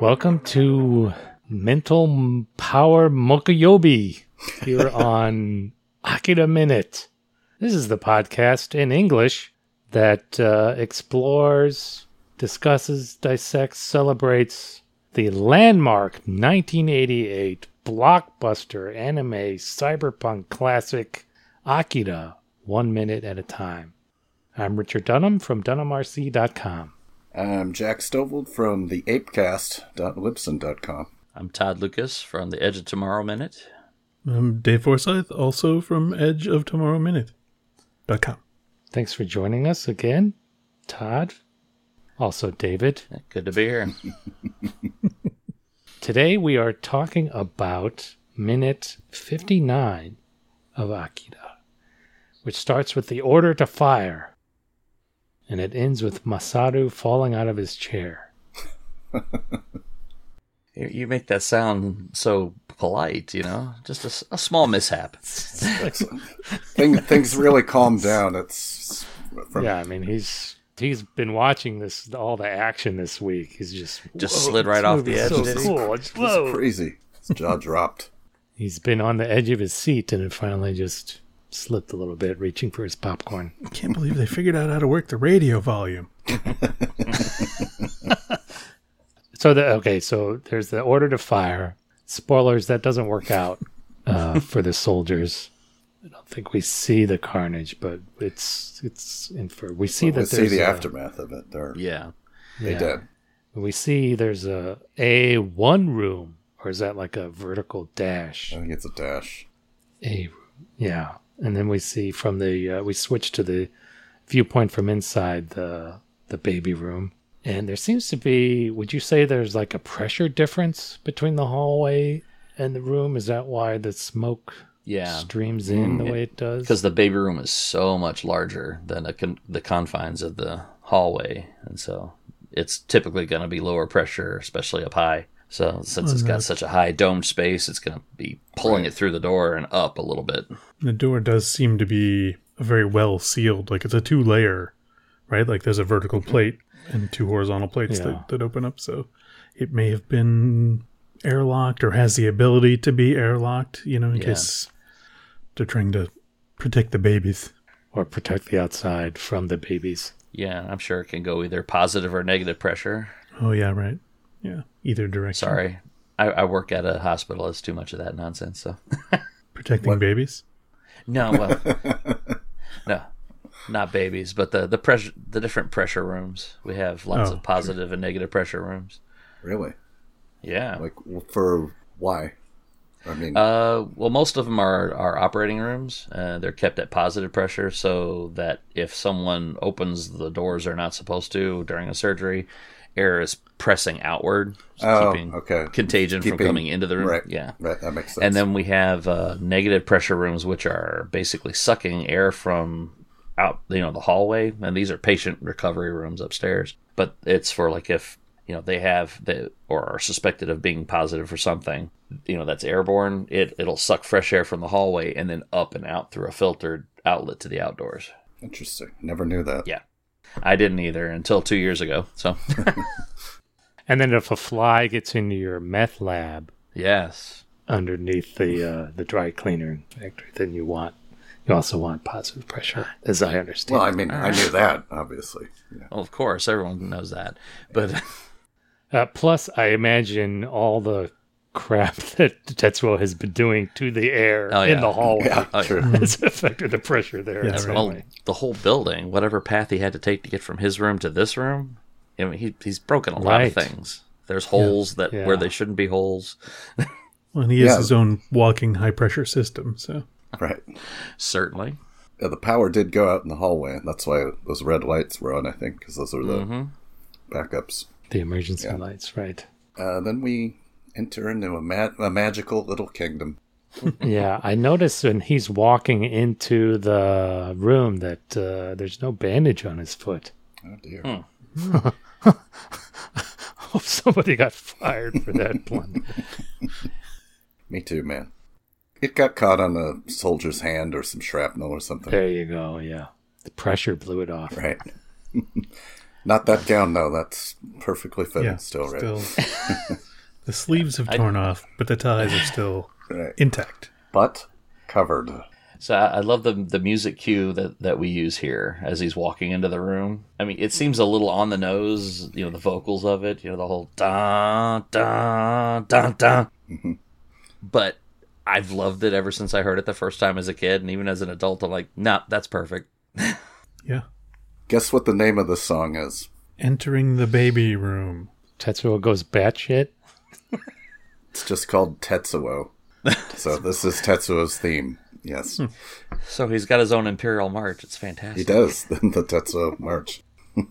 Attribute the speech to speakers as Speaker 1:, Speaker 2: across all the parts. Speaker 1: Welcome to Mental Power Mokuyobi here on Akita Minute. This is the podcast in English that uh, explores, discusses, dissects, celebrates the landmark 1988 blockbuster anime cyberpunk classic Akita, one minute at a time. I'm Richard Dunham from DunhamRC.com.
Speaker 2: I'm Jack Stovald from the apecast.libson.com.
Speaker 3: I'm Todd Lucas from the Edge of Tomorrow Minute.
Speaker 4: Um, Dave Forsyth, also from Edge of Tomorrow Minute. Dot com.
Speaker 1: Thanks for joining us again, Todd. Also, David.
Speaker 3: Good to be here.
Speaker 1: Today we are talking about minute 59 of Akira, which starts with the order to fire. And it ends with Masaru falling out of his chair.
Speaker 3: You- You make that sound so polite, you know? Just a s- a, small mishap.
Speaker 2: Thing, things really calmed down. It's from
Speaker 1: Yeah, I mean he's he's been watching this all the action this week. He's just
Speaker 3: Just
Speaker 1: "Whoa,
Speaker 3: slid right
Speaker 1: this
Speaker 3: off
Speaker 1: movie's
Speaker 3: the edge,
Speaker 1: So
Speaker 3: did he?"
Speaker 1: cool. It's-
Speaker 2: it's
Speaker 1: whoa.
Speaker 2: crazy. His jaw dropped.
Speaker 1: He's been on the edge of his seat and it finally just slipped a little bit, reaching for his popcorn.
Speaker 4: Can't believe they figured out how to work the radio volume.
Speaker 1: So the okay, so there's the order to fire. Spoilers that doesn't work out uh, for the soldiers. I don't think we see the carnage, but it's it's inferred. We see
Speaker 2: Let's
Speaker 1: that
Speaker 2: see
Speaker 1: there's
Speaker 2: the
Speaker 1: a-
Speaker 2: aftermath of it. They're
Speaker 3: Yeah.
Speaker 1: yeah.
Speaker 2: dead.
Speaker 1: We see there's a a one room, or is that like a vertical dash?
Speaker 2: I think it's a dash.
Speaker 1: A room, yeah. And then we see from the uh, we switch to the viewpoint from inside the the baby room, and there seems to be. Would you say there's like a pressure difference between the hallway and the room? Is that why the smoke
Speaker 3: Yeah.
Speaker 1: streams in the way it does?
Speaker 3: Because the baby room is so much larger than a con- the confines of the hallway. And so it's typically going to be lower pressure, especially up high. So since it's got such a high domed space, it's going to be pulling it through the door and up a little bit.
Speaker 4: The door does seem to be very well sealed. Like it's a two layer, right? Like there's a vertical plate and two horizontal plates
Speaker 1: Yeah.
Speaker 4: that, that open up. So it may have been airlocked or has the ability to be airlocked, you know, in
Speaker 3: Yeah.
Speaker 4: case they're trying to protect the babies.
Speaker 1: or protect the outside from the babies?
Speaker 3: Yeah, I'm sure it can go either positive or negative pressure.
Speaker 4: Oh, yeah, right. Yeah. Either direction.
Speaker 3: Sorry. I, I work at a hospital. It's too much of that nonsense. So
Speaker 4: Protecting babies.
Speaker 3: no, well, no, not babies, but the the pressure, the different pressure rooms. We have lots
Speaker 4: Oh,
Speaker 3: of positive and negative pressure rooms.
Speaker 2: Really?
Speaker 3: Yeah.
Speaker 2: Like for why? I mean,
Speaker 3: uh, well, most of them are, are operating rooms. Uh, they're kept at positive pressure so that if someone opens the doors they're not supposed to during a surgery, air is pressing outward, so
Speaker 2: Oh, okay.
Speaker 3: contagion
Speaker 2: keeping-
Speaker 3: from coming into the room.
Speaker 2: Right.
Speaker 3: Yeah.
Speaker 2: Right. That makes sense.
Speaker 3: And then we have uh, negative pressure rooms, which are basically sucking air from out, you know, the hallway. And these are patient recovery rooms upstairs. But it's for like if you know they have the or are suspected of being positive for something, you know, that's airborne. It it'll suck fresh air from the hallway and then up and out through a filtered outlet to the outdoors.
Speaker 2: Interesting. Never knew that.
Speaker 3: Yeah, I didn't either until two years ago. So
Speaker 1: And then if a fly gets into your meth lab
Speaker 3: yes,
Speaker 1: underneath the uh, the dry cleaner factory, then you want you also want positive pressure, as I understand.
Speaker 2: Well, I mean, I knew that, obviously. Yeah.
Speaker 3: well, of course everyone knows that, but.
Speaker 1: Uh, plus, I imagine all the crap that Tetsuo has been doing to the air
Speaker 3: Oh,
Speaker 1: in
Speaker 3: yeah.
Speaker 1: the hallway
Speaker 2: Yeah,
Speaker 3: Oh, yeah.
Speaker 2: true.
Speaker 1: has affected the pressure there.
Speaker 4: Yeah, right.
Speaker 3: Well, Oh, the whole building, whatever path he had to take to get from his room to this room, I mean, he, he's broken a lot
Speaker 1: Right.
Speaker 3: of things. There's holes that where
Speaker 1: Yeah.
Speaker 3: they shouldn't be holes.
Speaker 4: Well, and he
Speaker 2: Yeah.
Speaker 4: has his own walking high pressure system. So
Speaker 2: Right.
Speaker 3: Certainly,
Speaker 2: Yeah, the power did go out in the hallway. That's why those red lights were on, I think, because those are the backups.
Speaker 1: The emergency lights, right?
Speaker 2: Uh, then we enter into a, ma- a magical little kingdom.
Speaker 1: yeah, I noticed when he's walking into the room that uh, there's no bandage on his foot.
Speaker 2: Oh dear.
Speaker 1: Hope somebody got fired for that one.
Speaker 2: Me too, man. It got caught on a soldier's hand or some shrapnel or something.
Speaker 1: There you go. Yeah. The pressure blew it off.
Speaker 2: Right. Not that gown, though. That's perfectly fitting
Speaker 4: yeah,
Speaker 2: still, right?
Speaker 4: still- the sleeves have
Speaker 3: I-
Speaker 4: torn off, but the ties are still
Speaker 2: Right.
Speaker 4: intact.
Speaker 2: But covered.
Speaker 3: So I, I love the the music cue that, that we use here as he's walking into the room. I mean, it seems a little on the nose, you know, the vocals of it, you know, the whole da da da da.
Speaker 1: Mm-hmm.
Speaker 3: But I've loved it ever since I heard it the first time as a kid, and even as an adult, I'm like, nah, that's perfect.
Speaker 4: Yeah.
Speaker 2: Guess what the name of the song is?
Speaker 4: Entering the baby room.
Speaker 1: Tetsuo goes batshit.
Speaker 2: It's just called Tetsuo. so this is Tetsuo's theme. Yes,
Speaker 3: So he's got his own Imperial March. It's fantastic.
Speaker 2: he does. the Tetsuo March.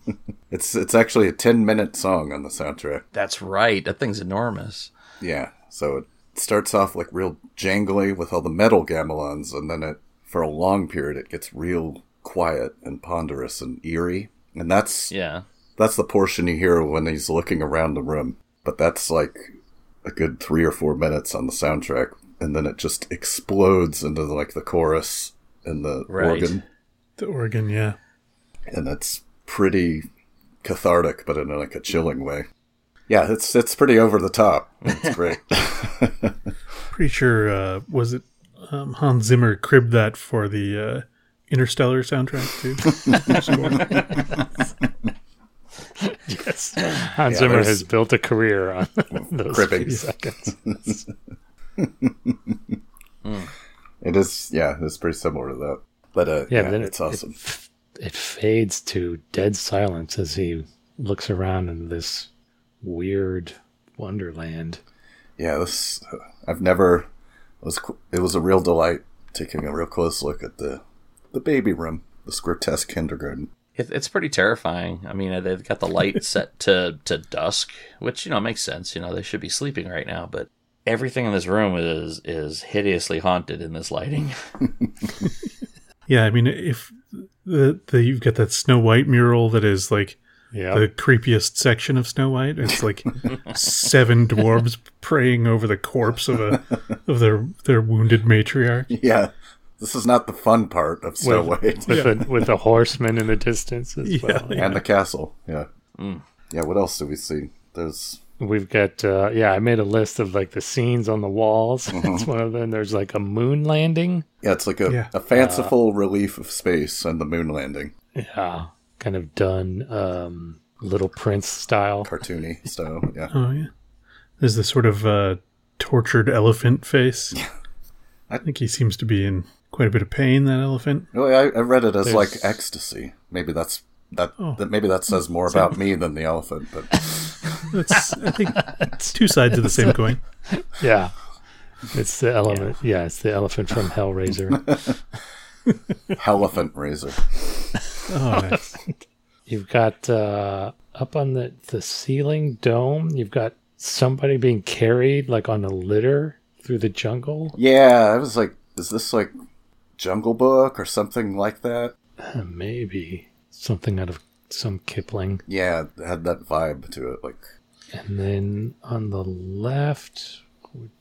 Speaker 2: it's it's actually a ten minute song on the soundtrack.
Speaker 3: That's right. That thing's enormous.
Speaker 2: Yeah. So it starts off like real jangly with all the metal gamelons, and then it for a long period it gets real quiet and ponderous and eerie. And that's
Speaker 3: Yeah.
Speaker 2: that's the portion you hear when he's looking around the room. But that's like a good three or four minutes on the soundtrack, and then it just explodes into like the chorus and the
Speaker 3: Right.
Speaker 2: organ,
Speaker 4: The organ, yeah.
Speaker 2: and it's pretty cathartic, but in like a chilling way. Yeah, it's it's pretty over the top. It's great.
Speaker 4: Pretty sure, uh, was it um, Hans Zimmer cribbed that for the uh, Interstellar soundtrack, too?
Speaker 1: Yes. Hans Zimmer
Speaker 2: there's-
Speaker 1: has built a career on those
Speaker 2: Cribbing.
Speaker 1: few seconds.
Speaker 2: it is. Yeah, it's pretty similar to that. But uh,
Speaker 1: Yeah,
Speaker 2: yeah,
Speaker 1: but then
Speaker 2: it's
Speaker 1: it,
Speaker 2: awesome.
Speaker 1: It, f- it fades to dead silence as he looks around in this weird wonderland.
Speaker 2: yeah, this I've never. It was qu- it was a real delight taking a real close look at the the baby room, this grotesque kindergarten.
Speaker 3: It, it's pretty terrifying. I mean, uh, they've got the light set to, to dusk, which you know makes sense. You know, they should be sleeping right now, but everything in this room is is hideously haunted in this lighting.
Speaker 4: yeah, I mean, if the, the you've got that Snow White mural that is like
Speaker 1: Yeah.
Speaker 4: the creepiest section of Snow White. It's like seven dwarves praying over the corpse of a of their their wounded matriarch.
Speaker 2: Yeah, this is not the fun part of Snow White
Speaker 1: with a with a horseman in the distance as
Speaker 4: Yeah,
Speaker 1: well.
Speaker 4: yeah.
Speaker 2: and the castle. Yeah,
Speaker 1: Mm.
Speaker 2: yeah. What else do we see? There's
Speaker 1: We've got uh, yeah, I made a list of like the scenes on the walls. It's one of them. There's like a moon landing.
Speaker 2: yeah, it's like a,
Speaker 4: Yeah.
Speaker 2: a fanciful relief of space and the moon landing,
Speaker 1: Yeah. Kind of done um Little Prince style.
Speaker 2: cartoony style. Yeah,
Speaker 4: Oh yeah, there's this sort of uh, tortured elephant face. I think he seems to be in quite a bit of pain. That elephant.
Speaker 2: really, Oh, I, I read it as like
Speaker 1: There's-
Speaker 2: ecstasy. Maybe that's that,
Speaker 4: Oh.
Speaker 2: that. Maybe that says more about me than the elephant. But
Speaker 4: That's I think it's two sides of the same coin.
Speaker 1: Yeah. It's the element. Yeah, it's the elephant from Hellraiser.
Speaker 2: elephant razor.
Speaker 4: Oh, nice.
Speaker 1: You've got uh up on the the ceiling dome, you've got somebody being carried like on a litter through the jungle.
Speaker 2: Yeah, I was like, is this like Jungle Book or something like that?
Speaker 1: Uh, Maybe something out of some Kipling.
Speaker 2: Yeah, it had that vibe to it. Like,
Speaker 1: And then on the left,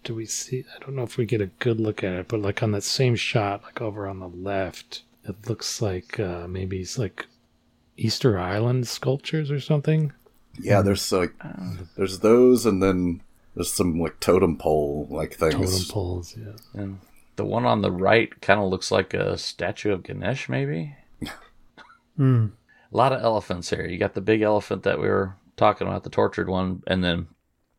Speaker 1: do we see? I don't know if we get a good look at it, but like on that same shot, like over on the left, it looks like uh, maybe it's like Easter Island sculptures or something.
Speaker 2: yeah, there's like, there's those, and then there's some like totem pole like
Speaker 1: Totem
Speaker 2: things.
Speaker 1: poles, yeah.
Speaker 3: And the one on the right kind of looks like a statue of Ganesh, maybe.
Speaker 4: Hmm.
Speaker 3: A lot of elephants here. You got the big elephant that we were talking about, the tortured one, and then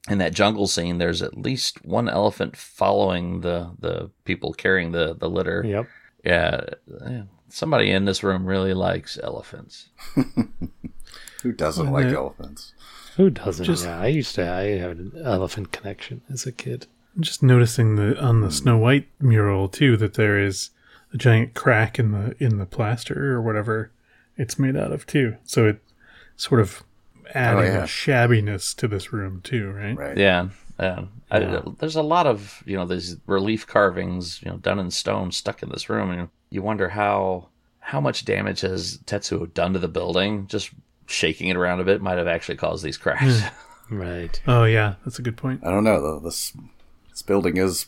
Speaker 3: in that jungle scene, there's at least one elephant following the the people carrying the the litter.
Speaker 1: Yep.
Speaker 3: Yeah, eh, somebody in this room really likes elephants.
Speaker 2: Who doesn't
Speaker 4: Oh,
Speaker 2: like
Speaker 4: no.
Speaker 2: elephants?
Speaker 1: Who doesn't?
Speaker 4: Just-
Speaker 1: yeah, I used to. I had an elephant connection as a kid.
Speaker 4: I'm just noticing the on the Snow White mural too that there is a giant crack in the in the plaster or whatever it's made out of too. So it sort of adding
Speaker 2: Oh, yeah.
Speaker 4: a shabbiness to this room too, right?
Speaker 2: Right.
Speaker 3: Yeah, yeah. I-
Speaker 1: Yeah.
Speaker 3: there's a lot of you know these relief carvings, you know, done in stone, stuck in this room, and you wonder how how much damage has Tetsuo done to the building? Just shaking it around a bit might have actually caused these cracks.
Speaker 1: Right.
Speaker 4: Oh yeah, that's a good point.
Speaker 2: I don't know though. This this building is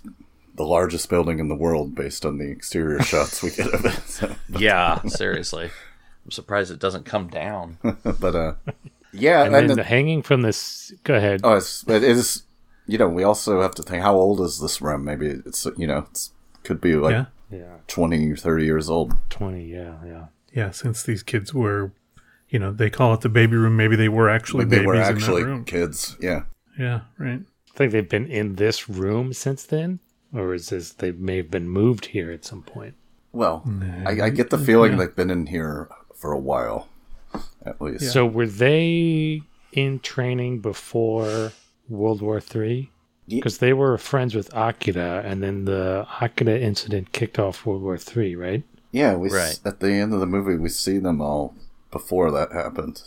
Speaker 2: the largest building in the world based on the exterior shots we get of it. So,
Speaker 3: Yeah, seriously. I'm surprised it doesn't come down.
Speaker 2: but uh, yeah,
Speaker 1: And,
Speaker 2: and,
Speaker 1: then
Speaker 2: it-
Speaker 1: the hanging from this. Go ahead.
Speaker 2: oh, it's, it is. You know, we also have to think how old is this room? Maybe it's you know it's could be like
Speaker 4: yeah.
Speaker 1: yeah,
Speaker 2: twenty or thirty years old.
Speaker 1: twenty. Yeah, yeah.
Speaker 4: Yeah, since these kids were, you know, they call it the baby room. Maybe they were actually
Speaker 2: Like they
Speaker 4: babies
Speaker 2: were
Speaker 4: in that
Speaker 2: actually
Speaker 4: room.
Speaker 2: kids. Yeah,
Speaker 4: Yeah, right.
Speaker 1: I think they've been in this room since then, or is this they may have been moved here at some point?
Speaker 2: Well, I, I get the feeling they've been in here for a while, at least.
Speaker 1: So were they in training before World War Three?
Speaker 2: Ye-
Speaker 1: Because they were friends with Akira, and then the Akira incident kicked off World War Three, right?
Speaker 2: Yeah, we s-
Speaker 3: Right.
Speaker 2: at the end of the movie we see them all before that happened.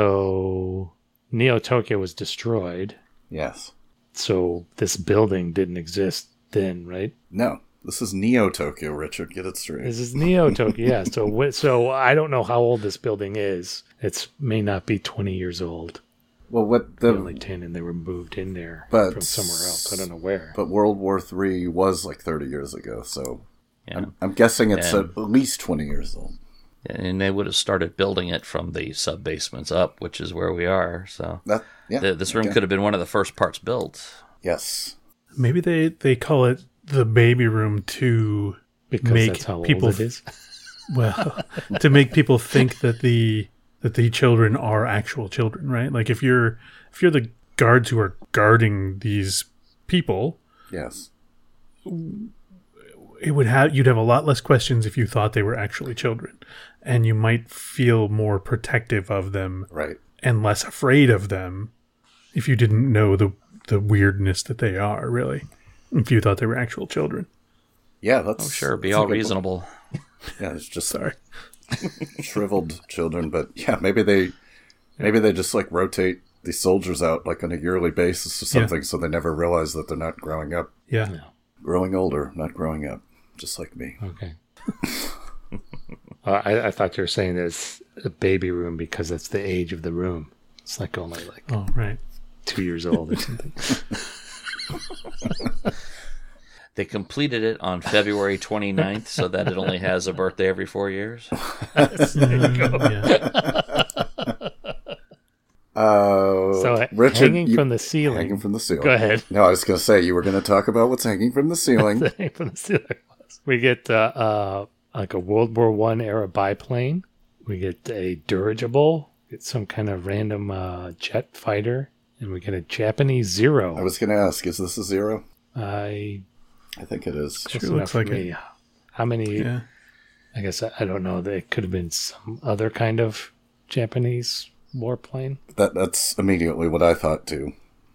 Speaker 1: So Neo Tokyo was destroyed.
Speaker 2: Yes.
Speaker 1: So this building didn't exist then, right?
Speaker 2: No, this is Neo Tokyo, Richard. Get it straight.
Speaker 1: This is Neo Tokyo. yeah. So wh- so I don't know how old this building is. It's may not be twenty years old.
Speaker 2: well, what
Speaker 1: They're
Speaker 2: the
Speaker 1: only ten, and they were moved in there
Speaker 2: But-
Speaker 1: from somewhere else. I don't know where.
Speaker 2: but World War Three was like thirty years ago, so
Speaker 3: Yeah.
Speaker 2: I'm, I'm guessing it's
Speaker 3: Yeah.
Speaker 2: at least twenty years old.
Speaker 3: And they would have started building it from the sub basements up, which is where we are. So
Speaker 2: That yeah.
Speaker 3: Th- this room
Speaker 2: okay.
Speaker 3: could have been one of the first parts built.
Speaker 2: yes.
Speaker 4: Maybe they they call it the baby room to
Speaker 1: because
Speaker 4: make
Speaker 1: that's how
Speaker 4: people
Speaker 1: old it is.
Speaker 4: well to make people think that the that the children are actual children, right? Like if you're if you're the guards who are guarding these people,
Speaker 2: Yes.
Speaker 4: it would have you'd have a lot less questions if you thought they were actually children, and you might feel more protective of them
Speaker 2: Right.
Speaker 4: and less afraid of them if you didn't know the the weirdness that they are really if you thought they were actual children
Speaker 2: Yeah, that's
Speaker 3: Oh, sure, be
Speaker 2: that's a
Speaker 3: all
Speaker 2: good-
Speaker 3: reasonable.
Speaker 2: Yeah, it's just
Speaker 4: sorry
Speaker 2: shriveled children, but yeah, maybe they maybe they just like rotate these soldiers out like on a yearly basis or
Speaker 4: Yeah.
Speaker 2: something so they never realize that they're not growing up.
Speaker 4: yeah
Speaker 2: Growing older, not growing up. Just like me.
Speaker 1: Okay. uh, I, I thought you were saying that it's a baby room because that's the age of the room. It's like only like
Speaker 4: oh right
Speaker 1: two years old or something.
Speaker 3: They completed it on February 29th, so that it only has a birthday every four years.
Speaker 4: Mm, yeah.
Speaker 2: Oh
Speaker 1: So uh,
Speaker 2: Richard
Speaker 1: hanging
Speaker 2: you-
Speaker 1: from the ceiling.
Speaker 2: hanging from the ceiling.
Speaker 1: Go ahead.
Speaker 2: No, I was gonna say you were gonna talk about what's hanging from the ceiling.
Speaker 1: Hanging from the ceiling. was. We get uh, uh, like a World War One era biplane. We get a dirigible. Get some kind of random uh, jet fighter, and we get a Japanese
Speaker 2: I
Speaker 1: zero.
Speaker 2: was gonna ask, is this a zero?
Speaker 1: I
Speaker 2: I think it is.
Speaker 4: Sure
Speaker 1: that's
Speaker 4: looks
Speaker 1: enough
Speaker 4: like
Speaker 1: for me. How many
Speaker 4: yeah
Speaker 1: I guess I, I don't know. that It could have been some other kind of Japanese warplane.
Speaker 2: That that's immediately what I thought too.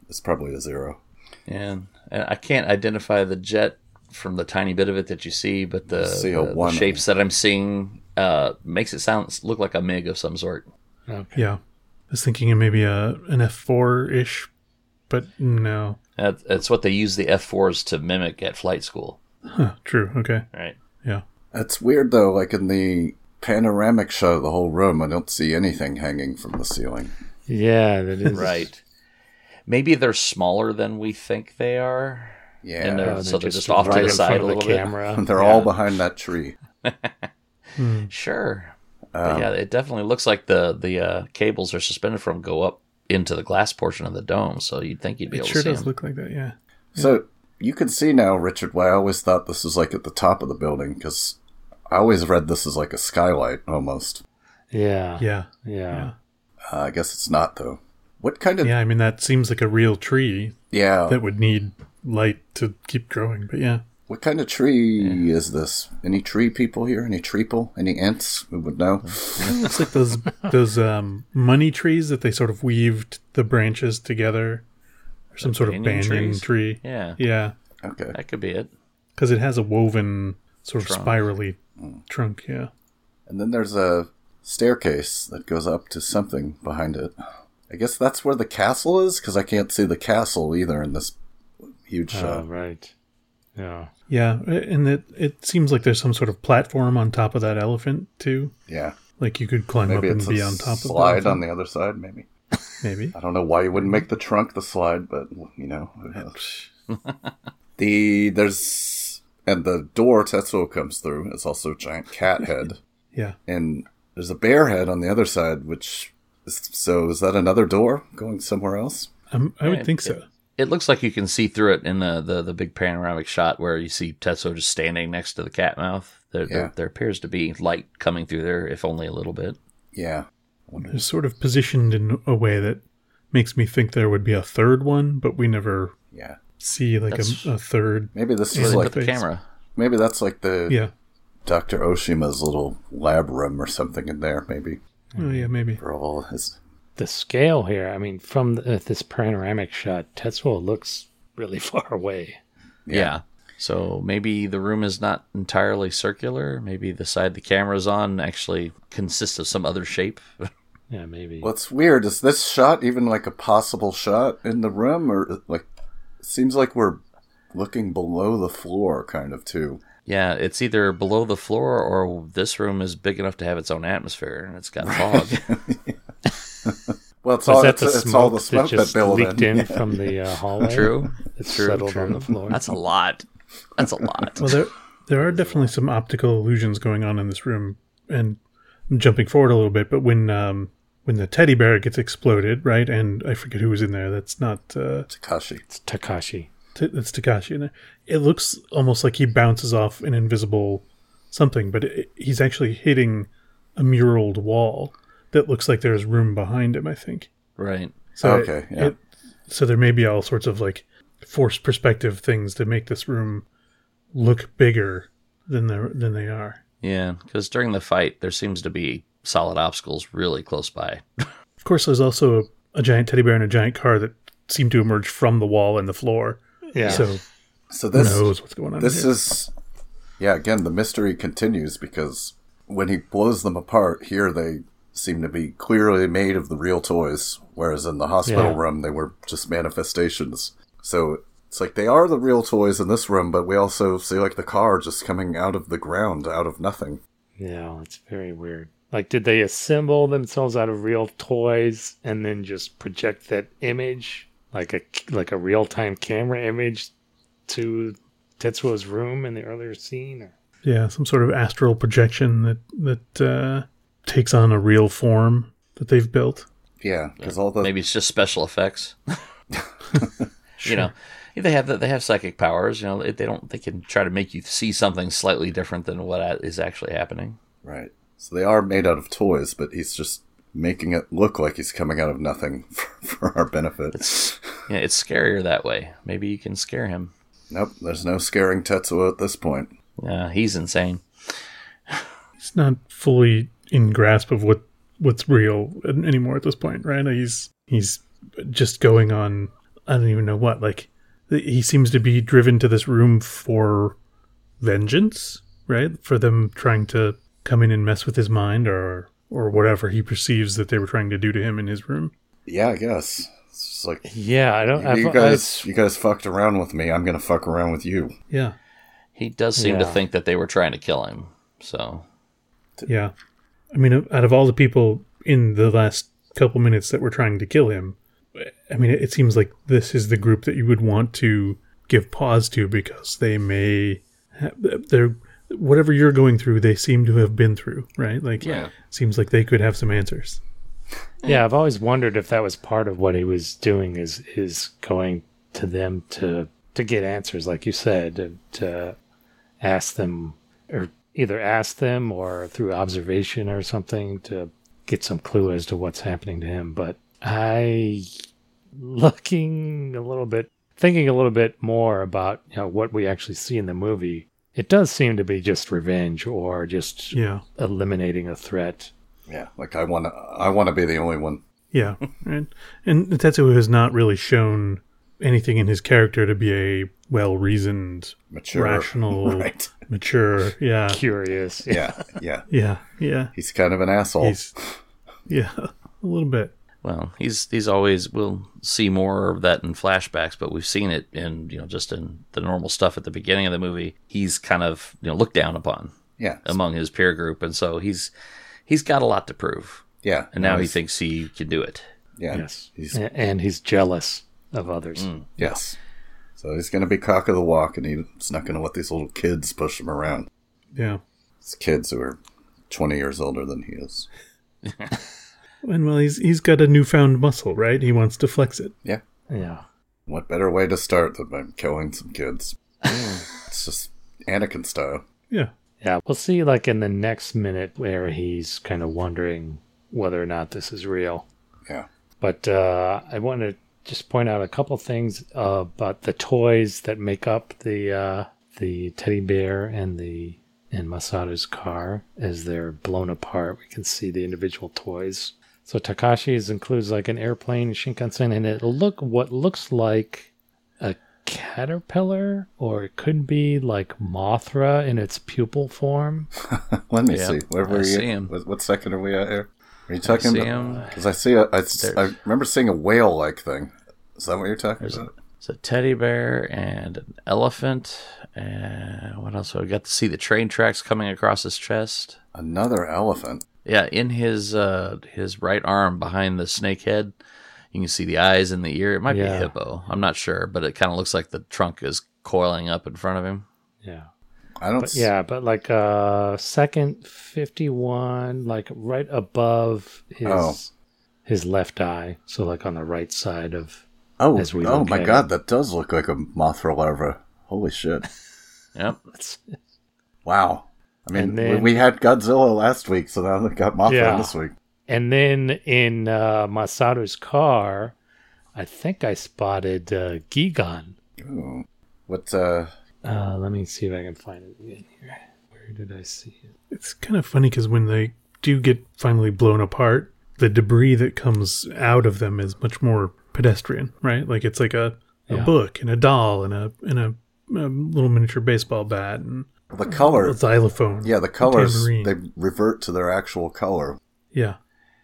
Speaker 2: It's probably a zero.
Speaker 3: And, and I can't identify the jet from the tiny bit of it that you see, but the,
Speaker 2: See a
Speaker 3: the, the
Speaker 2: one.
Speaker 3: shapes that I'm seeing uh, makes it sound look like a MiG of some sort.
Speaker 1: Okay.
Speaker 4: yeah i was thinking of maybe a an f4 ish but no
Speaker 3: That, that's what they use the F4s to mimic at flight school,
Speaker 4: huh, true okay
Speaker 3: right?
Speaker 4: yeah
Speaker 2: It's weird though, like in the panoramic shot of the whole room, I don't see anything hanging from the ceiling.
Speaker 1: Yeah, that is
Speaker 3: Right. Maybe they're smaller than we think they are.
Speaker 2: Yeah.
Speaker 3: And uh,
Speaker 1: Oh,
Speaker 3: they're-
Speaker 1: they're
Speaker 3: so they're just,
Speaker 1: just
Speaker 3: off
Speaker 1: right
Speaker 3: to the
Speaker 1: in front
Speaker 3: side
Speaker 1: of
Speaker 3: a
Speaker 1: the
Speaker 3: little
Speaker 1: camera.
Speaker 2: And they're all behind that tree. Um,
Speaker 3: bit. Sure. But yeah, it definitely looks like the the uh, cables are suspended from go up into the glass portion of the dome. So you'd think you'd be
Speaker 4: it
Speaker 3: able
Speaker 4: sure
Speaker 3: to see
Speaker 4: does
Speaker 3: them.
Speaker 4: look like that yeah
Speaker 2: So you can see now, Richard, why I always thought this was like at the top of the building because I always read this as like a skylight almost.
Speaker 1: Yeah. Yeah.
Speaker 4: yeah
Speaker 1: Yeah.
Speaker 2: Uh, I guess it's not though. What kind of yeah?
Speaker 4: yeah i mean that seems like a real tree that would need light to keep growing but yeah
Speaker 2: what kind of tree is this? Any tree people here? Any treeple? Any ants? We would know.
Speaker 4: It's like those those um, money trees that they sort of weaved the branches together, or some sort of
Speaker 3: banyan
Speaker 4: banyan
Speaker 3: trees?
Speaker 4: tree.
Speaker 3: Yeah,
Speaker 4: Yeah,
Speaker 2: Okay.
Speaker 3: that could be it.
Speaker 4: because it has a woven sort of
Speaker 3: Trunk. Hmm.
Speaker 4: spirally trunk. Yeah,
Speaker 2: And then there's a staircase that goes up to something behind it. I guess that's where the castle is, because I can't see the castle either in this huge uh,
Speaker 1: Oh,
Speaker 4: Uh,
Speaker 2: shot.
Speaker 1: right. Yeah.
Speaker 4: yeah, and it it seems like there's some sort of platform on top of that elephant too.
Speaker 2: Yeah,
Speaker 4: Like you could climb
Speaker 2: maybe
Speaker 4: up
Speaker 2: it's
Speaker 4: and be
Speaker 2: a
Speaker 4: on top of
Speaker 2: slide
Speaker 4: the
Speaker 2: on the other side. Maybe
Speaker 4: maybe.
Speaker 2: I don't know why you wouldn't make the trunk the slide, but you know. who knows. The there's and the door Tetsuo comes through is also a giant cat head,
Speaker 4: Yeah.
Speaker 2: and there's a bear head on the other side. Which is, so is that another door going somewhere else?
Speaker 4: Um, I would
Speaker 3: And
Speaker 4: think
Speaker 3: it-
Speaker 4: so.
Speaker 3: It looks like you can see through it in the, the, the big panoramic shot where you see Tetsuo just standing next to the cat mouth. There,
Speaker 2: Yeah.
Speaker 3: there, there appears to be light coming through there, if only a little bit.
Speaker 2: Yeah,
Speaker 4: They're sort of positioned in a way that makes me think there would be a third one, but we never
Speaker 2: yeah.
Speaker 4: see like
Speaker 3: That's-
Speaker 4: a, a third.
Speaker 2: Maybe this
Speaker 4: Yeah,
Speaker 2: is
Speaker 4: they
Speaker 2: like
Speaker 3: Put the
Speaker 4: Face.
Speaker 3: camera.
Speaker 2: maybe that's like the
Speaker 4: Yeah.
Speaker 2: Doctor Oshima's little lab room or something in there. Maybe
Speaker 4: Oh, yeah, maybe.
Speaker 2: for all his
Speaker 1: The scale here, I mean, from the, this panoramic shot, Tetsuo looks really far away.
Speaker 3: Yeah. So maybe the room is not entirely circular. Maybe the side the camera's on actually consists of some other shape.
Speaker 1: Yeah, maybe.
Speaker 2: What's weird is this shot even like a possible shot in the room, or like seems like we're looking below the floor, kind of too.
Speaker 3: yeah, it's either below the floor or this room is big enough to have its own atmosphere and it's got fog.
Speaker 2: Well,
Speaker 1: Was
Speaker 2: it's all
Speaker 1: that
Speaker 2: it's,
Speaker 1: the
Speaker 2: it's all
Speaker 1: smoke
Speaker 2: the smoke
Speaker 1: that
Speaker 2: that,
Speaker 1: just
Speaker 2: built
Speaker 1: leaked
Speaker 2: in.
Speaker 1: in, from the uh, hallway?
Speaker 3: True.
Speaker 1: It's
Speaker 3: True,
Speaker 1: settled
Speaker 3: true.
Speaker 1: on the floor.
Speaker 3: That's a lot. That's a lot.
Speaker 4: Well, there there are definitely some optical illusions going on in this room, and I'm jumping forward a little bit. But when um, when the teddy bear gets exploded, right, and I forget who was in there. That's not uh,
Speaker 2: Takashi.
Speaker 1: It's Takashi.
Speaker 4: t- that's Takashi in there. It looks almost like he bounces off an invisible something, but it, he's actually hitting a muraled wall that looks like there's room behind him. I think.
Speaker 3: right.
Speaker 4: So
Speaker 2: Okay,
Speaker 4: it-
Speaker 2: yeah.
Speaker 4: it- so there may be all sorts of like forced perspective things to make this room look bigger than they than they are.
Speaker 3: Yeah, because during the fight, there seems to be solid obstacles really close by.
Speaker 4: Of course, there's also a, a giant teddy bear and a giant car that seem to emerge from the wall and the floor.
Speaker 1: Yeah.
Speaker 4: So
Speaker 2: So
Speaker 4: who
Speaker 2: this
Speaker 4: knows what's going on?
Speaker 2: this
Speaker 4: here.
Speaker 2: is yeah. Again, the mystery continues because when he blows them apart here, they seem to be clearly made of the real toys, whereas in the hospital
Speaker 1: Yeah.
Speaker 2: room they were just manifestations. So. It's like they are the real toys in this room, but we also see like the car just coming out of the ground, out of nothing.
Speaker 1: yeah, it's very weird. Like, did they assemble themselves out of real toys and then just project that image, like a like a real time camera image, to Tetsuo's room in the earlier scene? Or?
Speaker 4: yeah, some sort of astral projection that that uh, takes on a real form that they've built.
Speaker 2: Yeah, because all the
Speaker 3: Maybe it's just special effects. You know, they have the, they have psychic powers. You know, they, they don't they can try to make you see something slightly different than what a- is actually happening.
Speaker 2: right. So they are made out of toys, but he's just making it look like he's coming out of nothing for, for our benefit.
Speaker 3: Yeah, it's scarier that way. Maybe you can scare him.
Speaker 2: Nope, there's no scaring Tetsuo at this point.
Speaker 3: Yeah, he's insane.
Speaker 4: He's not fully in grasp of what what's real an- anymore at this point, right? He's he's just going on. I don't even know what. Like th- he seems to be driven to this room for vengeance, right? For them trying to come in and mess with his mind or or whatever he perceives that they were trying to do to him in his room.
Speaker 2: Yeah, I guess. It's just like
Speaker 1: Yeah, I don't.
Speaker 2: you
Speaker 1: I've-
Speaker 2: guys
Speaker 1: I've-
Speaker 2: you guys fucked around with me, I'm gonna fuck around with you.
Speaker 4: Yeah,
Speaker 3: He does seem to
Speaker 1: Yeah.
Speaker 3: think that they were trying to kill him. So
Speaker 4: yeah. I mean, out of all the people in the last couple minutes that were trying to kill him, I mean, it seems like this is the group that you would want to give pause to because they may, ha- they're whatever you're going through, they seem to have been through, right? Like,
Speaker 3: Yeah.
Speaker 4: seems like they could have some answers.
Speaker 1: yeah, I've always wondered if that was part of what he was doing is is going to them to to get answers, like you said, to, to ask them or either ask them or through observation or something to get some clue as to what's happening to him. But I, looking a little bit, thinking a little bit more about you know, what we actually see in the movie, it does seem to be just revenge or just
Speaker 4: Yeah,
Speaker 1: eliminating a threat.
Speaker 2: Yeah, like I wanna I wanna be the only one.
Speaker 4: yeah. right. And Tetsuo has not really shown anything in his character to be a well reasoned,
Speaker 2: Mature
Speaker 4: Rational.
Speaker 2: Right.
Speaker 4: mature. Yeah,
Speaker 1: curious.
Speaker 2: Yeah, yeah.
Speaker 4: yeah, yeah.
Speaker 2: He's kind of an asshole.
Speaker 4: He's, yeah, a little bit.
Speaker 3: well, he's he's always we'll see more of that in flashbacks, but we've seen it in you know just in the normal stuff at the beginning of the movie. He's kind of you know looked down upon
Speaker 2: yeah.
Speaker 3: among his peer group, and so he's he's got a lot to prove,
Speaker 2: yeah.
Speaker 3: and now he
Speaker 2: he's-
Speaker 3: thinks he can do it.
Speaker 2: yeah,
Speaker 1: Yes.
Speaker 2: He's Mm.
Speaker 1: A- And he's jealous of others.
Speaker 2: yes. So he's going to be cock of the walk, and he's not going to let these little kids push him around.
Speaker 4: Yeah.
Speaker 2: It's kids who are 20 years older than he is.
Speaker 4: And well, he's he's got a newfound muscle, right? He wants to flex it.
Speaker 2: Yeah.
Speaker 1: Yeah.
Speaker 2: What better way to start than by killing some kids? it's just Anakin style.
Speaker 4: Yeah.
Speaker 1: Yeah. We'll see, like, in the next minute where he's kind of wondering whether or not this is real.
Speaker 2: Yeah.
Speaker 1: But uh, I want to just point out a couple things uh, about the toys that make up the uh, the teddy bear and the and Masada's car as they're blown apart. We can see the individual toys. So Takashi's includes like an airplane, a Shinkansen, and it look what looks like a caterpillar, or it could be like Mothra in its pupil form.
Speaker 2: Let me
Speaker 3: Yeah,
Speaker 2: see. Where
Speaker 3: I
Speaker 2: were you?
Speaker 3: see him.
Speaker 2: What, what second are we at here? Are you talking
Speaker 3: see
Speaker 2: about?
Speaker 3: him.
Speaker 2: Because I see. A, I, s-
Speaker 3: There's-
Speaker 2: I remember seeing a whale-like thing. Is that what you're talking
Speaker 3: There's a-
Speaker 2: about?
Speaker 3: It's a teddy bear and an elephant. And what else? I got to see the train tracks coming across his chest.
Speaker 2: Another elephant.
Speaker 3: Yeah, in his uh, his right arm behind the snake head, you can see the eyes and the ear. It might be
Speaker 1: Yeah.
Speaker 3: a hippo. I'm not sure, but it kind of looks like the trunk is coiling up in front of him.
Speaker 1: Yeah.
Speaker 2: I don't.
Speaker 1: But
Speaker 2: s-
Speaker 1: yeah, but like uh second fifty one, like right above his
Speaker 2: Oh.
Speaker 1: his left eye. So like on the right side of
Speaker 2: Oh.
Speaker 1: as we
Speaker 2: oh
Speaker 1: look
Speaker 2: my
Speaker 1: at
Speaker 2: god, that does look like a Mothra larva. Holy shit!
Speaker 3: Yep.
Speaker 1: it's,
Speaker 2: Wow. I mean,
Speaker 1: And then-
Speaker 2: we we had Godzilla last week, so now we got Mothra
Speaker 1: Yeah.
Speaker 2: this week.
Speaker 1: and then in uh Masato's car, I think I spotted uh Gigan.
Speaker 2: Ooh. What? Uh,
Speaker 1: Uh let me see if I can find it again here. Where did I see it?
Speaker 4: It's kind of funny because when they do get finally blown apart, the debris that comes out of them is much more pedestrian, right? Like it's like a, a
Speaker 1: Yeah.
Speaker 4: book and a doll and a and a, a little miniature baseball bat and
Speaker 2: the color.
Speaker 4: a xylophone.
Speaker 2: yeah, the colors.
Speaker 4: Tambourine.
Speaker 2: They revert to their actual color.
Speaker 4: yeah,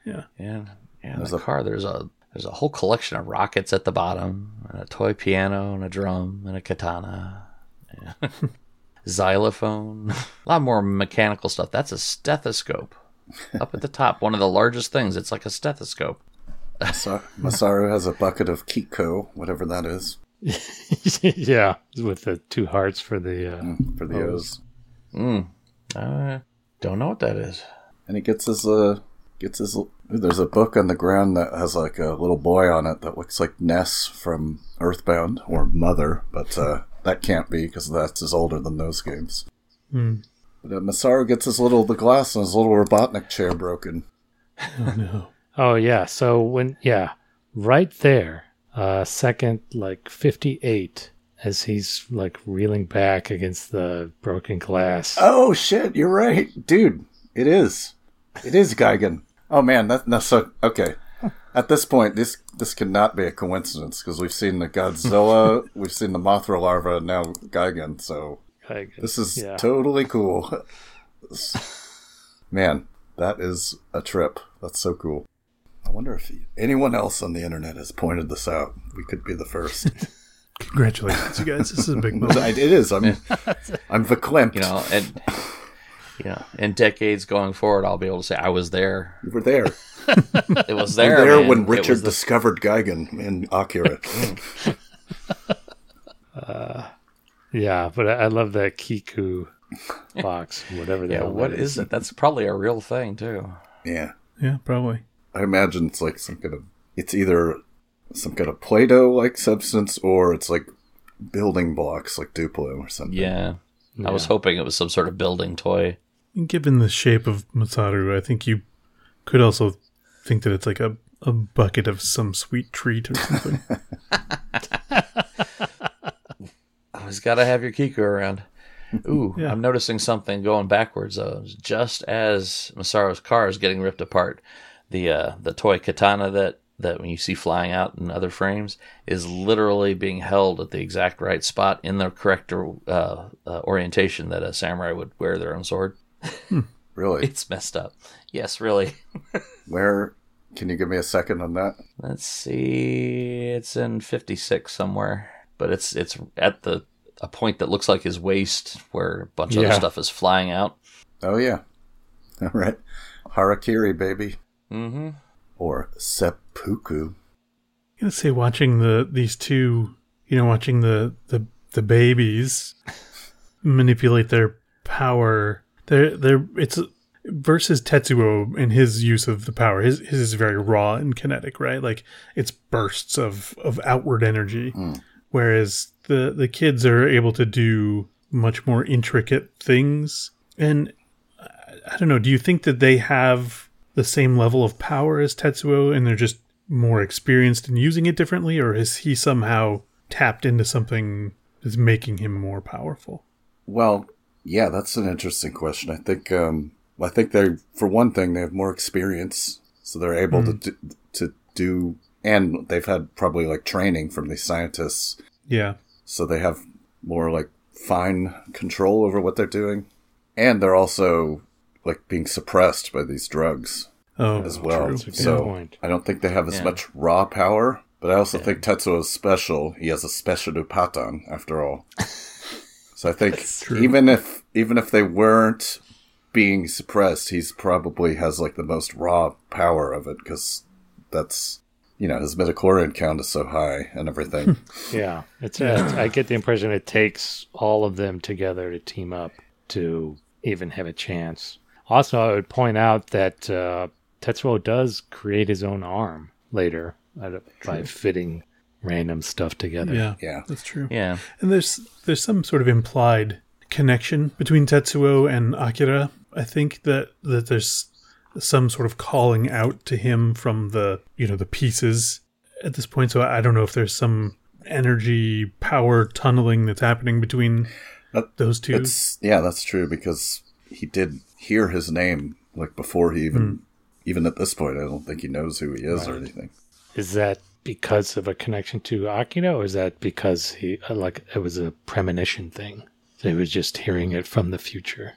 Speaker 4: yeah.
Speaker 3: Yeah. Yeah.
Speaker 2: There's
Speaker 3: There's the
Speaker 2: a-
Speaker 3: car. There's a there's a whole collection of rockets at the bottom, and a toy piano, and a drum, and a katana, Yeah. xylophone. A lot more mechanical stuff. That's a stethoscope. Up at the top, one of the largest things. It's like a stethoscope.
Speaker 2: Masa- Masaru has a bucket of Kiko, whatever that is,
Speaker 1: yeah, with the two hearts for the uh
Speaker 2: for the
Speaker 1: Oh.
Speaker 2: O's.
Speaker 3: Mm. I don't know what that is.
Speaker 2: and he gets his uh gets his ooh, there's a book on the ground that has like a little boy on it that looks like Ness from Earthbound or Mother, but uh, that can't be because that's is older than those games.
Speaker 4: Hmm.
Speaker 2: But uh, Masaru gets his little the glass on his little Robotnik chair broken.
Speaker 4: Oh no.
Speaker 1: Oh yeah. So when yeah, right there, uh second like 58 as he's like reeling back against the broken glass.
Speaker 2: Oh shit, you're right, dude. It is, it is Geigen. Oh man, that, that's so okay. At this point, this this cannot be a coincidence because we've seen the Godzilla, we've seen the Mothra larva, and now Geigen. So
Speaker 1: Like,
Speaker 2: This is
Speaker 1: yeah.
Speaker 2: totally cool. Man, that is a trip. That's so cool. I wonder if anyone else on the internet has pointed this out. We could be the first.
Speaker 4: Congratulations, you guys. This is a big moment.
Speaker 2: it is. I'm I'm verklempt.
Speaker 3: You know, and you know, in decades going forward, I'll be able to say I was there.
Speaker 2: you were there. You
Speaker 3: It was
Speaker 2: were
Speaker 3: there.
Speaker 2: there
Speaker 3: man.
Speaker 2: when
Speaker 3: It was
Speaker 2: Richard
Speaker 3: the-
Speaker 2: discovered Geigen in Akira.
Speaker 1: yeah, but I, I love that Kiku box, whatever that
Speaker 3: yeah. What
Speaker 1: is.
Speaker 3: is it? That's probably a real thing too.
Speaker 2: yeah.
Speaker 4: Yeah, probably.
Speaker 2: I imagine it's like some kind of it's either some kind of Play-Doh like substance or it's like building blocks like Duplo or something.
Speaker 3: Yeah. I was
Speaker 1: Yeah.
Speaker 3: hoping it was some sort of building toy.
Speaker 4: And given the shape of Masaru, I think you could also think that it's like a, a bucket of some sweet treat or something.
Speaker 3: Always got to have your Kiku around. Ooh,
Speaker 4: Yeah.
Speaker 3: I'm noticing something going backwards. Though. Just as Masaru's car is getting ripped apart, the uh, the toy katana that that when you see flying out in other frames is literally being held at the exact right spot in the correct uh, uh, orientation that a samurai would wear their own sword.
Speaker 2: Really?
Speaker 3: It's messed up. Yes, really.
Speaker 2: Where can you give me a second on that?
Speaker 3: Let's see. It's in 56 somewhere, but it's it's at the a point that looks like his waist where a bunch of
Speaker 1: Yeah.
Speaker 3: other stuff is flying out.
Speaker 2: Oh yeah. All right. Harakiri baby
Speaker 3: Mm-hmm.
Speaker 2: or seppuku.
Speaker 4: I'm gonna say watching the these two you know, watching the the the babies manipulate their power. They're they're it's versus Tetsuo and his use of the power. His his is very raw and kinetic, right? Like it's bursts of of outward energy, whereas the the kids are able to do much more intricate things. And I, I don't know. Do you think that they have the same level of power as Tetsuo, and they're just more experienced in using it differently, or is he somehow tapped into something that's making him more powerful?
Speaker 2: Well, yeah, that's an interesting question. I think um, I think they, for one thing, they have more experience, so they're able to do, to do, and they've had probably like training from these scientists,
Speaker 4: Yeah.
Speaker 2: so they have more like fine control over what they're doing, and they're also like being suppressed by these drugs
Speaker 4: Oh,
Speaker 2: as well.
Speaker 4: true.
Speaker 1: That's a good
Speaker 2: So
Speaker 1: point.
Speaker 2: I don't think they have as
Speaker 3: Yeah.
Speaker 2: much raw power, but I also think Tetsuo is special. He has a special to patan after all. so I think
Speaker 4: true.
Speaker 2: even if even if they weren't being suppressed, he's probably has like the most raw power of it because that's you know his midichlorian count is so high and everything.
Speaker 1: Yeah, it's, it's- I get the impression it takes all of them together to team up to even have a chance. Also, I would point out that uh, Tetsuo does create his own arm later out of- by fitting random stuff together.
Speaker 4: Yeah,
Speaker 2: yeah,
Speaker 4: that's true.
Speaker 3: Yeah.
Speaker 4: And there's there's some sort of implied connection between Tetsuo and Akira. I think that that there's some sort of calling out to him from the you know the pieces at this point. So I I don't know if there's some energy power tunneling that's happening between
Speaker 2: That-
Speaker 4: those two.
Speaker 2: it's yeah that's true because he did hear his name like before he
Speaker 1: Hmm.
Speaker 2: even even at this point I don't think he knows who he is or anything.
Speaker 1: Is that because of a connection to Akira, or is that because he uh, like it was a premonition thing? So he was just hearing it from the future,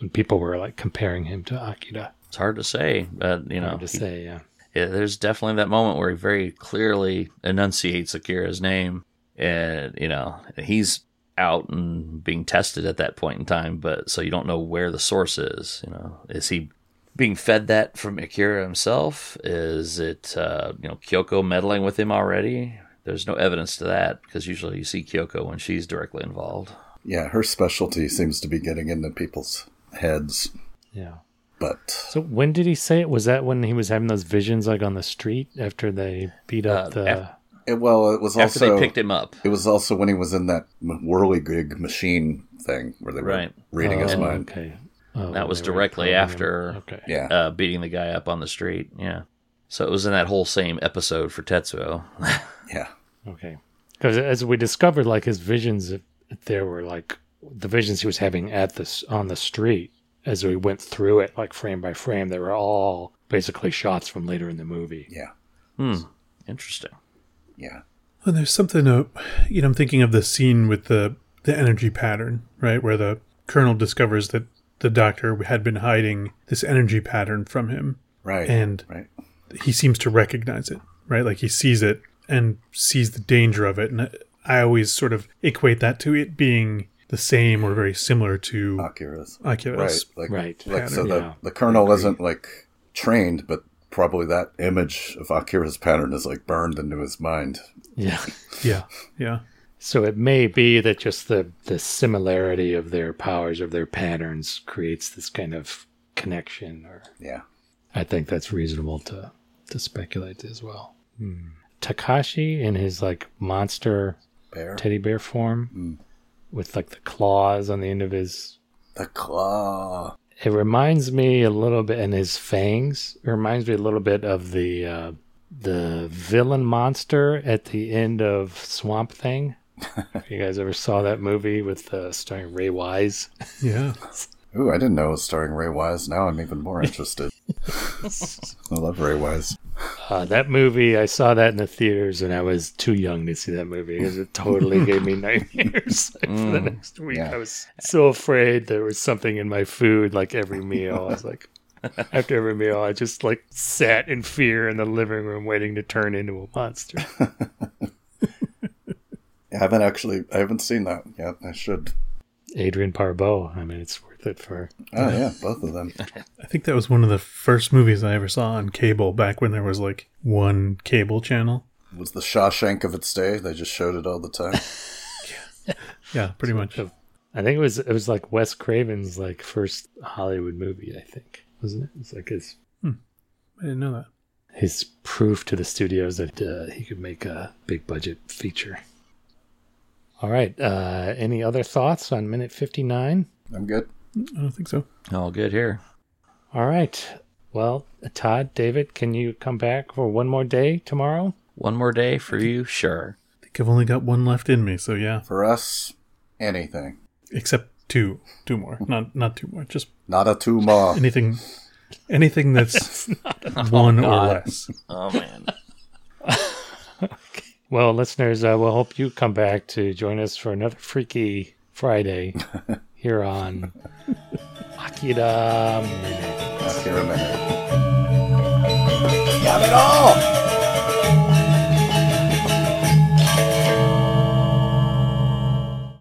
Speaker 1: and people were like comparing him to Akira.
Speaker 3: It's hard to say, but you know,
Speaker 1: Hard to
Speaker 3: Oh, he-
Speaker 1: say, yeah.
Speaker 3: yeah, there's definitely that moment where he very clearly enunciates Akira's name, and you know he's out and being tested at that point in time. But so you don't know where the source is. You know, is he being fed that from Akira himself? Is it uh, you know Kyoko meddling with him already? There's no evidence to that because usually you see Kyoko when she's directly involved.
Speaker 2: Yeah, her specialty seems to be getting into people's heads,
Speaker 1: Yeah.
Speaker 2: but
Speaker 1: So when did he say it? Was that when he was having those visions like on the street after they beat up
Speaker 3: Uh,
Speaker 1: the
Speaker 3: af-
Speaker 2: it, well, it was
Speaker 3: After
Speaker 2: also
Speaker 3: they picked him up,
Speaker 2: It was also when he was in that m- whirligig machine thing where they were
Speaker 3: Right.
Speaker 2: reading his
Speaker 1: Oh,
Speaker 2: mind.
Speaker 1: Okay. Oh,
Speaker 3: That was
Speaker 1: they were
Speaker 3: directly
Speaker 1: probing him.
Speaker 3: after-
Speaker 1: Okay.
Speaker 2: Yeah.
Speaker 3: uh, beating the guy up on the street. Yeah. So it was in that whole same episode for Tetsuo.
Speaker 2: yeah.
Speaker 1: Okay. Because as we discovered, like his visions, if- if there were like the visions he was having at this on the street as we went through it, like frame by frame, they were all basically shots from later in the movie.
Speaker 2: Yeah.
Speaker 3: hmm. Interesting.
Speaker 2: Yeah.
Speaker 4: Well, there's something, uh, you know, I'm thinking of the scene with the, the energy pattern, right? Where the colonel discovers that the doctor had been hiding this energy pattern from him
Speaker 2: Right.
Speaker 4: And-
Speaker 2: right.
Speaker 4: he seems to recognize it, right? Like he sees it and sees the danger of it. And I always sort of equate that to it being the same or very similar to
Speaker 2: Uh, Oculus. Right.
Speaker 4: Oculus.
Speaker 2: Like,
Speaker 1: Right.
Speaker 2: like so
Speaker 4: Pattern,
Speaker 2: the,
Speaker 1: yeah.
Speaker 2: the colonel isn't like trained, but probably that image of Akira's pattern is like burned into his mind.
Speaker 1: Yeah.
Speaker 4: Yeah, yeah,
Speaker 1: So it may be that just the, the similarity of their powers, of their patterns, creates this kind of connection or
Speaker 2: Yeah.
Speaker 1: I think that's reasonable to to speculate as well. Takashi in his like monster
Speaker 2: Bear.
Speaker 1: teddy bear form with like the claws on the end of his
Speaker 2: The claw.
Speaker 1: it reminds me a little bit and his fangs it reminds me a little bit of the uh the villain monster at the end of Swamp Thing. if you guys ever saw that movie with uh, starring Ray Wise,
Speaker 4: yeah.
Speaker 2: Ooh, I didn't know it was starring Ray Wise. Now I'm even more interested. I love Ray Wise.
Speaker 1: Uh, that movie, I saw that in the theaters, and I was too young to see that movie because it totally gave me nightmares like, for the next week.
Speaker 2: yeah.
Speaker 1: I was so afraid there was something in my food, like every meal. I was like, after every meal, I just like sat in fear in the living room, waiting to turn into a monster.
Speaker 2: I haven't actually, I haven't seen that yet. I should.
Speaker 1: Adrian Barbeau. I mean, it's worth it for
Speaker 2: Oh, yeah, both of them.
Speaker 4: I think that was one of the first movies I ever saw on cable back when there was like one cable channel.
Speaker 2: was the Shawshank of its day. They just showed it all the time.
Speaker 4: Yeah, pretty much.
Speaker 1: I think it was it was like Wes Craven's like first Hollywood movie. I think wasn't it? It's like his
Speaker 4: I didn't know that.
Speaker 1: his proof to the studios that uh, he could make a big budget feature. All right. Uh, any other thoughts on minute fifty nine?
Speaker 2: I'm good.
Speaker 4: I don't think so.
Speaker 3: All good here.
Speaker 1: All right. Well, Todd, David, can you come back for one more day tomorrow?
Speaker 3: One more day for you, sure.
Speaker 4: I think I've only got one left in me, so yeah.
Speaker 2: For us, anything.
Speaker 4: Except two, two more. Not not two more. Just
Speaker 2: Not a two more.
Speaker 4: anything, anything that's one or less.
Speaker 3: Oh man.
Speaker 1: Well, listeners, uh, we'll hope you come back to join us for another Freaky Friday here on Akira Minute.
Speaker 2: Not here a minute. Got it all!